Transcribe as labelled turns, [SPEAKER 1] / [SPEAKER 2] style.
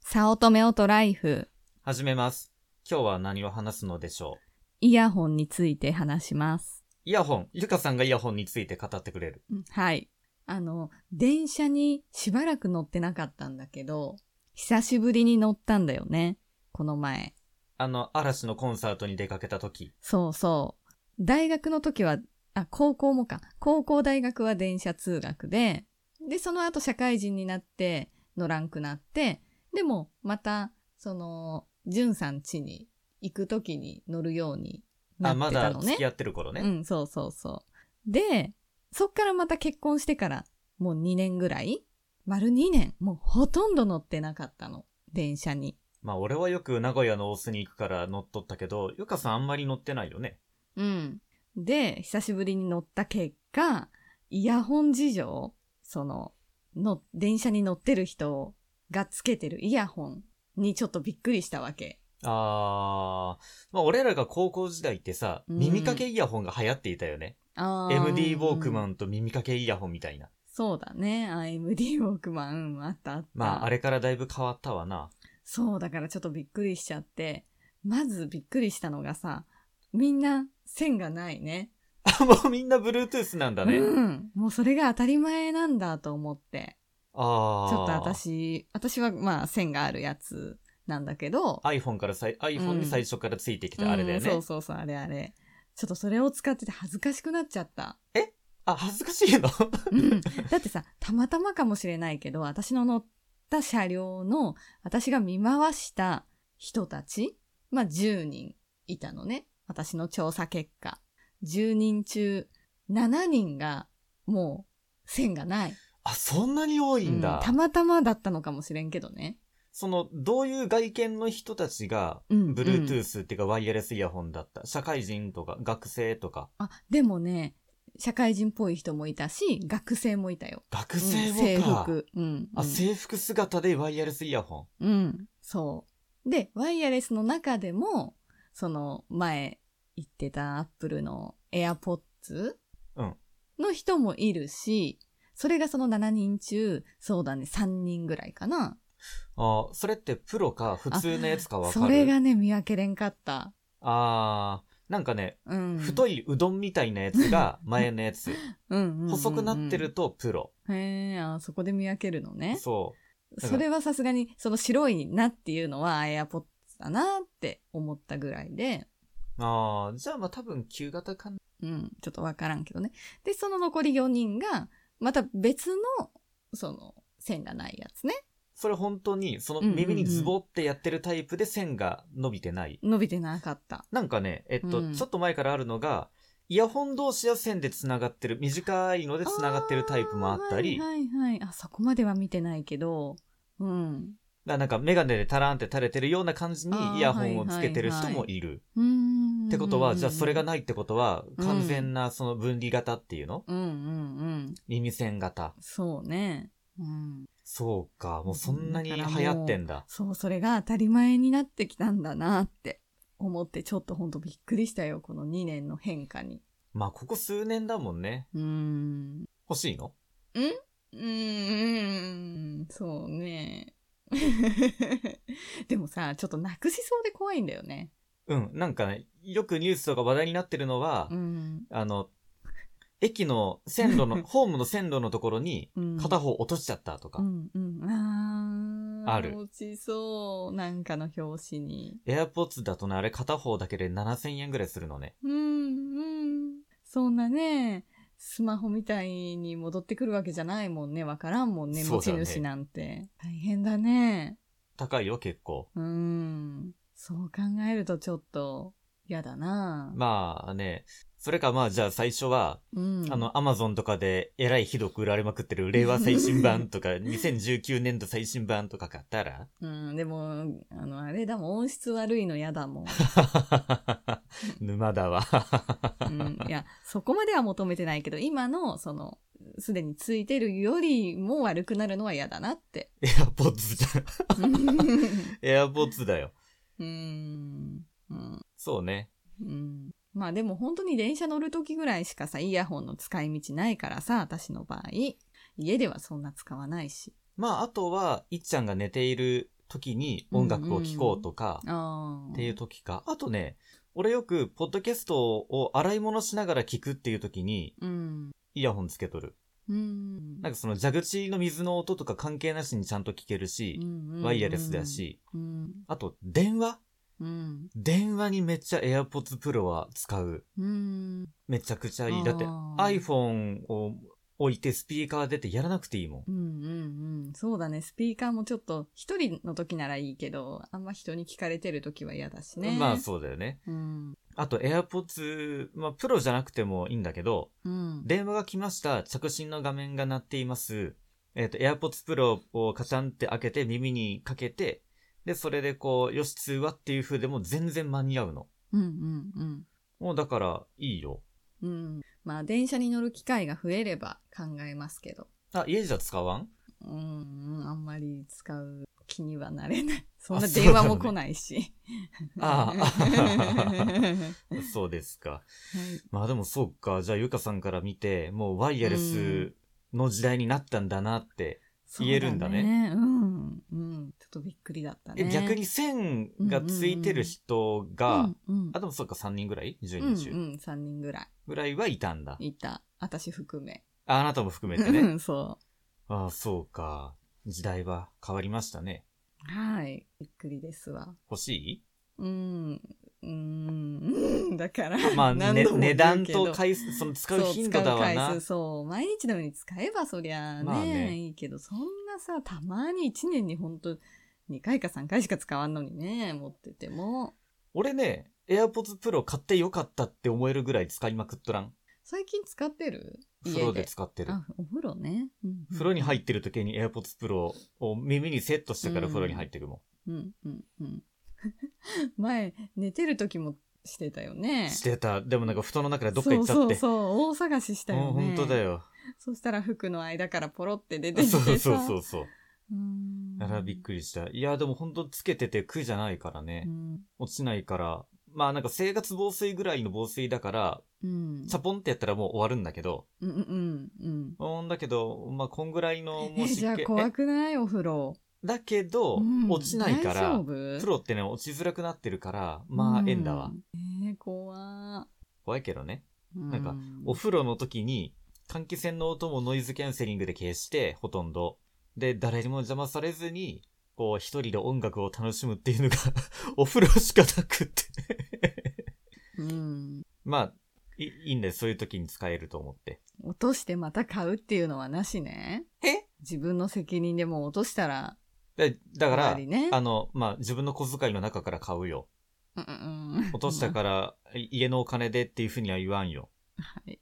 [SPEAKER 1] 早乙女オトライフ、
[SPEAKER 2] 始めます。今日は何を話すのでしょう
[SPEAKER 1] イヤホンについて話します。
[SPEAKER 2] イヤホン、ゆかさんがイヤホンについて語ってくれる。
[SPEAKER 1] うんはい。あの、電車にしばらく乗ってなかったんだけど、久しぶりに乗ったんだよね。この前。
[SPEAKER 2] あの、嵐のコンサートに出かけた時。
[SPEAKER 1] そうそう。大学の時は、あ、高校もか。高校大学は電車通学で、で、その後社会人になって乗らんくなって、でもまた、その、じゅんさん家に行く時に乗るようにな
[SPEAKER 2] あ、
[SPEAKER 1] っ
[SPEAKER 2] ま
[SPEAKER 1] てた
[SPEAKER 2] だ
[SPEAKER 1] のね。
[SPEAKER 2] 付き合ってる頃ね。
[SPEAKER 1] うん、そうそうそう。で、そっからまた結婚してから、もう2年ぐらい丸2年。もうほとんど乗ってなかったの。電車に。
[SPEAKER 2] まあ俺はよく名古屋の大須に行くから乗っとったけど、ゆかさんあんまり乗ってないよね。
[SPEAKER 1] うん。で、久しぶりに乗った結果、イヤホン事情、その、の、電車に乗ってる人がつけてるイヤホンにちょっとびっくりしたわけ。
[SPEAKER 2] あー、まあ俺らが高校時代ってさ、
[SPEAKER 1] うん
[SPEAKER 2] 耳かけイヤホンが流行っていたよね。
[SPEAKER 1] あ
[SPEAKER 2] MD ウォークマ
[SPEAKER 1] ン。
[SPEAKER 2] ンと耳かけイヤホンみたいな。
[SPEAKER 1] そうだね。あ MD ウォークマン。うん、あったあった。
[SPEAKER 2] まああれからだいぶ変わったわな。
[SPEAKER 1] そう、だからちょっとびっくりしちゃって、まずびっくりしたのがさ、みんな線がないね。
[SPEAKER 2] あ、もうみんな Bluetooth なんだね。
[SPEAKER 1] うん。もうそれが当たり前なんだと思って。ち
[SPEAKER 2] ああ。
[SPEAKER 1] ょっと。私、私はまあ線があるやつなんだけど、
[SPEAKER 2] iPhone からさい、iPhone に最初からついてきたあれだよね。
[SPEAKER 1] うんそうそうそう、あれあれ。ちょっとそれを使ってて恥ずかしくなっちゃった。
[SPEAKER 2] あ、恥ずかしいの
[SPEAKER 1] うんだってさ、たまたまかもしれないけど、私の乗った車両の、私が見回した人たち、まあ10人いたのね。私の調査結果。10人中7人がもう線がない。
[SPEAKER 2] あ、そんなに多いんだ。
[SPEAKER 1] うんたまたまだったのかもしれんけどね。
[SPEAKER 2] その、どういう外見の人たちが、
[SPEAKER 1] うんうん
[SPEAKER 2] Bluetooth っていうかワイヤレスイヤホンだった。社会人とか学生とか。
[SPEAKER 1] あ、でもね、社会人っぽい人もいたし、学生もいたよ。
[SPEAKER 2] 学生
[SPEAKER 1] う
[SPEAKER 2] も
[SPEAKER 1] ん制
[SPEAKER 2] か。
[SPEAKER 1] 服。うん、
[SPEAKER 2] あ、
[SPEAKER 1] うん
[SPEAKER 2] 制服姿でワイヤレスイヤホン。
[SPEAKER 1] うん、そう。で、ワイヤレスの中でも、その前言ってたアップルの AirPods
[SPEAKER 2] うん
[SPEAKER 1] の人もいるし、それがその7人中、そうだね、3人ぐらいかな。
[SPEAKER 2] あそれってプロか普通のやつかわかる。
[SPEAKER 1] それがね、見分けれんかった。
[SPEAKER 2] あーなんかね、
[SPEAKER 1] うん。
[SPEAKER 2] 太
[SPEAKER 1] い、
[SPEAKER 2] いうどんみたいなや つが前のやつ。
[SPEAKER 1] うんうんうんうん
[SPEAKER 2] 細くなってる。とプロ。
[SPEAKER 1] へえ、あそこで見分けるのね。
[SPEAKER 2] そ
[SPEAKER 1] それはさすがに、その白いなっていうのは AirPods だなって思ったぐらいで、
[SPEAKER 2] う。ああ、じゃあまあ多分旧型かな。
[SPEAKER 1] うん、ちょっとわからんけどね。で、その残り4人が、また別の、その、線がないやつね。
[SPEAKER 2] それ本当に、その
[SPEAKER 1] うんうんうん
[SPEAKER 2] 耳にズボってやってるタイプで線が伸びてない。
[SPEAKER 1] 伸びてなかった。
[SPEAKER 2] なんかね、えっと、
[SPEAKER 1] うん
[SPEAKER 2] ちょっと前からあるのが、イヤホン同士は線で繋がってる、短いので繋がってるタイプもあったり、
[SPEAKER 1] ーはいはいはい。あ、そこまでは見てないけど、うん。
[SPEAKER 2] だなんかメガネでタランって垂れてるような感じ
[SPEAKER 1] あー
[SPEAKER 2] にイヤホンをつけてる人もいる。
[SPEAKER 1] うーん。
[SPEAKER 2] ってことは、じゃあそれが
[SPEAKER 1] な
[SPEAKER 2] ないってことは、完全なその分離型っていうの、
[SPEAKER 1] うんうんうん。
[SPEAKER 2] 耳栓型。
[SPEAKER 1] そうね。うん。
[SPEAKER 2] そうか、もうそんなに流行ってんだ。
[SPEAKER 1] そう、それが当たり前になってきたんだなって思って、ちょっとほんとびっくりしたよ。この2年の変化に。
[SPEAKER 2] まあ、ここ数年だもんね。
[SPEAKER 1] うーん。
[SPEAKER 2] 欲しいの
[SPEAKER 1] うーん、そうね。 でもさ、ちょっとなくしそうで怖いんだよね。
[SPEAKER 2] うん、なんかね、よくニュースとか話題になってるのは、
[SPEAKER 1] うん。
[SPEAKER 2] あの、駅の線 路の、ホームの線路のところに、
[SPEAKER 1] うん
[SPEAKER 2] 片方落としちゃったとか、
[SPEAKER 1] うん、うん。あー
[SPEAKER 2] ある
[SPEAKER 1] 落ちそう。なんかの表紙に。
[SPEAKER 2] AirPods だとね、あれ片方だけで7000円ぐらいするのね。
[SPEAKER 1] うん、うん。そんなね、スマホみたいに戻ってくるわけじゃないもんね。わからんもんね。
[SPEAKER 2] そ
[SPEAKER 1] 持
[SPEAKER 2] うだ
[SPEAKER 1] ち
[SPEAKER 2] ね
[SPEAKER 1] 主なんて。大変だね。
[SPEAKER 2] 高いよ、結構。
[SPEAKER 1] うん。そう考えるとちょっと嫌だな。
[SPEAKER 2] まあね、それかまあじゃあ最初は、
[SPEAKER 1] うん。
[SPEAKER 2] あの、Amazon とかでえらいひどく売られまくってる令和最新版とか、2019年度最新版とか買っ たら
[SPEAKER 1] うん、でも、あの、あれだもん、音質悪いの嫌だ もん。
[SPEAKER 2] 沼だわ。
[SPEAKER 1] うん、いや、そこまでは求めてないけど、今の、その、すでについてるよりも悪くなるのは嫌だな って。
[SPEAKER 2] AirPods
[SPEAKER 1] うん
[SPEAKER 2] だ。AirPods だよ。
[SPEAKER 1] うん。うん。
[SPEAKER 2] そうね。
[SPEAKER 1] うん。まあでも本当に電車乗る時ぐらいしかさ、イヤホンの使い道ないからさ、私の場合。家ではそんな使わないし。
[SPEAKER 2] まああとは、いっちゃんが寝ている時に音楽を聴こうとか、
[SPEAKER 1] ああ。
[SPEAKER 2] っていう時か。あとね、俺よく、ポッドキャストを洗い物しながら聞くっていう時に、
[SPEAKER 1] うん。
[SPEAKER 2] イヤホンつけとる。
[SPEAKER 1] うん。
[SPEAKER 2] なんかその蛇口の水の音とか関係なしにちゃんと聞けるし、ワイヤレスだ。し、
[SPEAKER 1] うん。
[SPEAKER 2] あと、電話
[SPEAKER 1] うん。
[SPEAKER 2] 電話にめっちゃ AirPods Pro は使う。
[SPEAKER 1] うん。
[SPEAKER 2] めちゃくちゃいい。だって
[SPEAKER 1] あー
[SPEAKER 2] iPhone を置いてスピーカー出てやらなくていいもん。
[SPEAKER 1] うんうんうん。そうだね。スピーカーもちょっと、一人の時ならいいけど、あんま人に聞かれてる時は嫌だしね。
[SPEAKER 2] まあそうだよね。
[SPEAKER 1] う。うん。
[SPEAKER 2] あと AirPods、まあ Pro じゃなくてもいいんだけど、
[SPEAKER 1] うん。
[SPEAKER 2] 電話が来ました。着信の画面が鳴っています。えっ、と、AirPods Pro をカチャンって開けて耳にかけて、で、それでこう、よし、通話っていう風でも全然間に合うの。
[SPEAKER 1] うんうんうん。
[SPEAKER 2] もうだから、いいよ。
[SPEAKER 1] うん。まあ、電車に乗る機会が増えれば考えますけど。
[SPEAKER 2] あ、家じゃ使 わん
[SPEAKER 1] うん、うんあんまり使う気にはなれない。 そんな
[SPEAKER 2] あそう
[SPEAKER 1] 電
[SPEAKER 2] なのね
[SPEAKER 1] 話も来ないし。
[SPEAKER 2] あ あ、
[SPEAKER 1] は
[SPEAKER 2] そうですか。
[SPEAKER 1] い
[SPEAKER 2] まあでもそうか。じゃあ、ゆかさんから見て、もうワイヤレスの時代になったんだなって。言えるんだね
[SPEAKER 1] そううん。うん。ちょっとびっくりだった
[SPEAKER 2] え
[SPEAKER 1] ね。
[SPEAKER 2] 逆に線がついてる人が、
[SPEAKER 1] うんうん、
[SPEAKER 2] あ、でもそうか、3人ぐらい ?10
[SPEAKER 1] うん、う
[SPEAKER 2] 人中
[SPEAKER 1] ん、3人ぐら
[SPEAKER 2] ぐらいはいたんだ。
[SPEAKER 1] いいた。私含め。
[SPEAKER 2] ああなたも含めてね。
[SPEAKER 1] うん、そ
[SPEAKER 2] ああ、そうか。時代は変わりましたね。
[SPEAKER 1] う。はい。びっくりですわ。
[SPEAKER 2] 欲しい
[SPEAKER 1] うん。うん。だ から。
[SPEAKER 2] まあ、
[SPEAKER 1] 何
[SPEAKER 2] ね、
[SPEAKER 1] 度も言
[SPEAKER 2] 値
[SPEAKER 1] う
[SPEAKER 2] 段
[SPEAKER 1] けど
[SPEAKER 2] と回数、その使う
[SPEAKER 1] そう
[SPEAKER 2] 頻度だわ
[SPEAKER 1] 使う
[SPEAKER 2] な
[SPEAKER 1] 回数。そう毎日のように使えばそりゃね,、
[SPEAKER 2] まあね
[SPEAKER 1] いいけどそんなさたまに1年にほんと2回か3回しか使わんのにね持ってても
[SPEAKER 2] 俺ね、AirPods Pro 買ってよかったって思えるぐらい使いまくっとらん。
[SPEAKER 1] 最近使ってる
[SPEAKER 2] 風呂で使ってる。
[SPEAKER 1] あお風呂ね、うん
[SPEAKER 2] 風呂に入
[SPEAKER 1] っ
[SPEAKER 2] ってる時に AirPods Pro を耳にセットしてから風呂に入ってるも
[SPEAKER 1] うんうんうん 前寝てる時もしてたよね
[SPEAKER 2] ん。してた。でもなんか布団の中でどっか行っちゃっ
[SPEAKER 1] そうそう
[SPEAKER 2] て。
[SPEAKER 1] そう大探ししたよね
[SPEAKER 2] うん本当だよ。
[SPEAKER 1] そしたら服の間からポロって出て
[SPEAKER 2] そう
[SPEAKER 1] きてさ
[SPEAKER 2] そうそうそう。
[SPEAKER 1] うん
[SPEAKER 2] あら、びっくりした。いや、でも本当つけてて苦じゃないからね。
[SPEAKER 1] うん
[SPEAKER 2] 落ちないから、まあなんか生活防水ぐらいの防水だから、
[SPEAKER 1] うん
[SPEAKER 2] チャポンってやったらもう終わるんだけど、
[SPEAKER 1] うんうんうん
[SPEAKER 2] うんだけど、まあこんぐらいのも
[SPEAKER 1] え
[SPEAKER 2] う
[SPEAKER 1] じゃ
[SPEAKER 2] 湿
[SPEAKER 1] あ
[SPEAKER 2] 気、
[SPEAKER 1] 怖
[SPEAKER 2] え
[SPEAKER 1] くないお風呂、
[SPEAKER 2] だけど、
[SPEAKER 1] うん
[SPEAKER 2] 落ちないか
[SPEAKER 1] 大丈
[SPEAKER 2] ら
[SPEAKER 1] 夫、
[SPEAKER 2] プロってね、落ちづらくなってるから、まあ縁だわ。
[SPEAKER 1] うんえー、怖
[SPEAKER 2] 怖いけどね。
[SPEAKER 1] なん
[SPEAKER 2] かお風呂の時に、換気扇の音もノイズキャンセリングで消して、ほとんど。で、誰にも邪魔されずに、こう一人で音楽を楽しむっていうのが、 お風呂しかなくって。
[SPEAKER 1] うん
[SPEAKER 2] まあ、いいいんだよ。そういう時に使えると思って。
[SPEAKER 1] 落としてまた買うっていうのはなしね
[SPEAKER 2] え
[SPEAKER 1] 自分の責任でもう落としたら
[SPEAKER 2] でだから、
[SPEAKER 1] 終わりね
[SPEAKER 2] あの、まあ、自分の小遣いの中から買うよ。
[SPEAKER 1] うんうんうん
[SPEAKER 2] 落としたから、い家のお金でっていうふうには言わんよ。
[SPEAKER 1] はい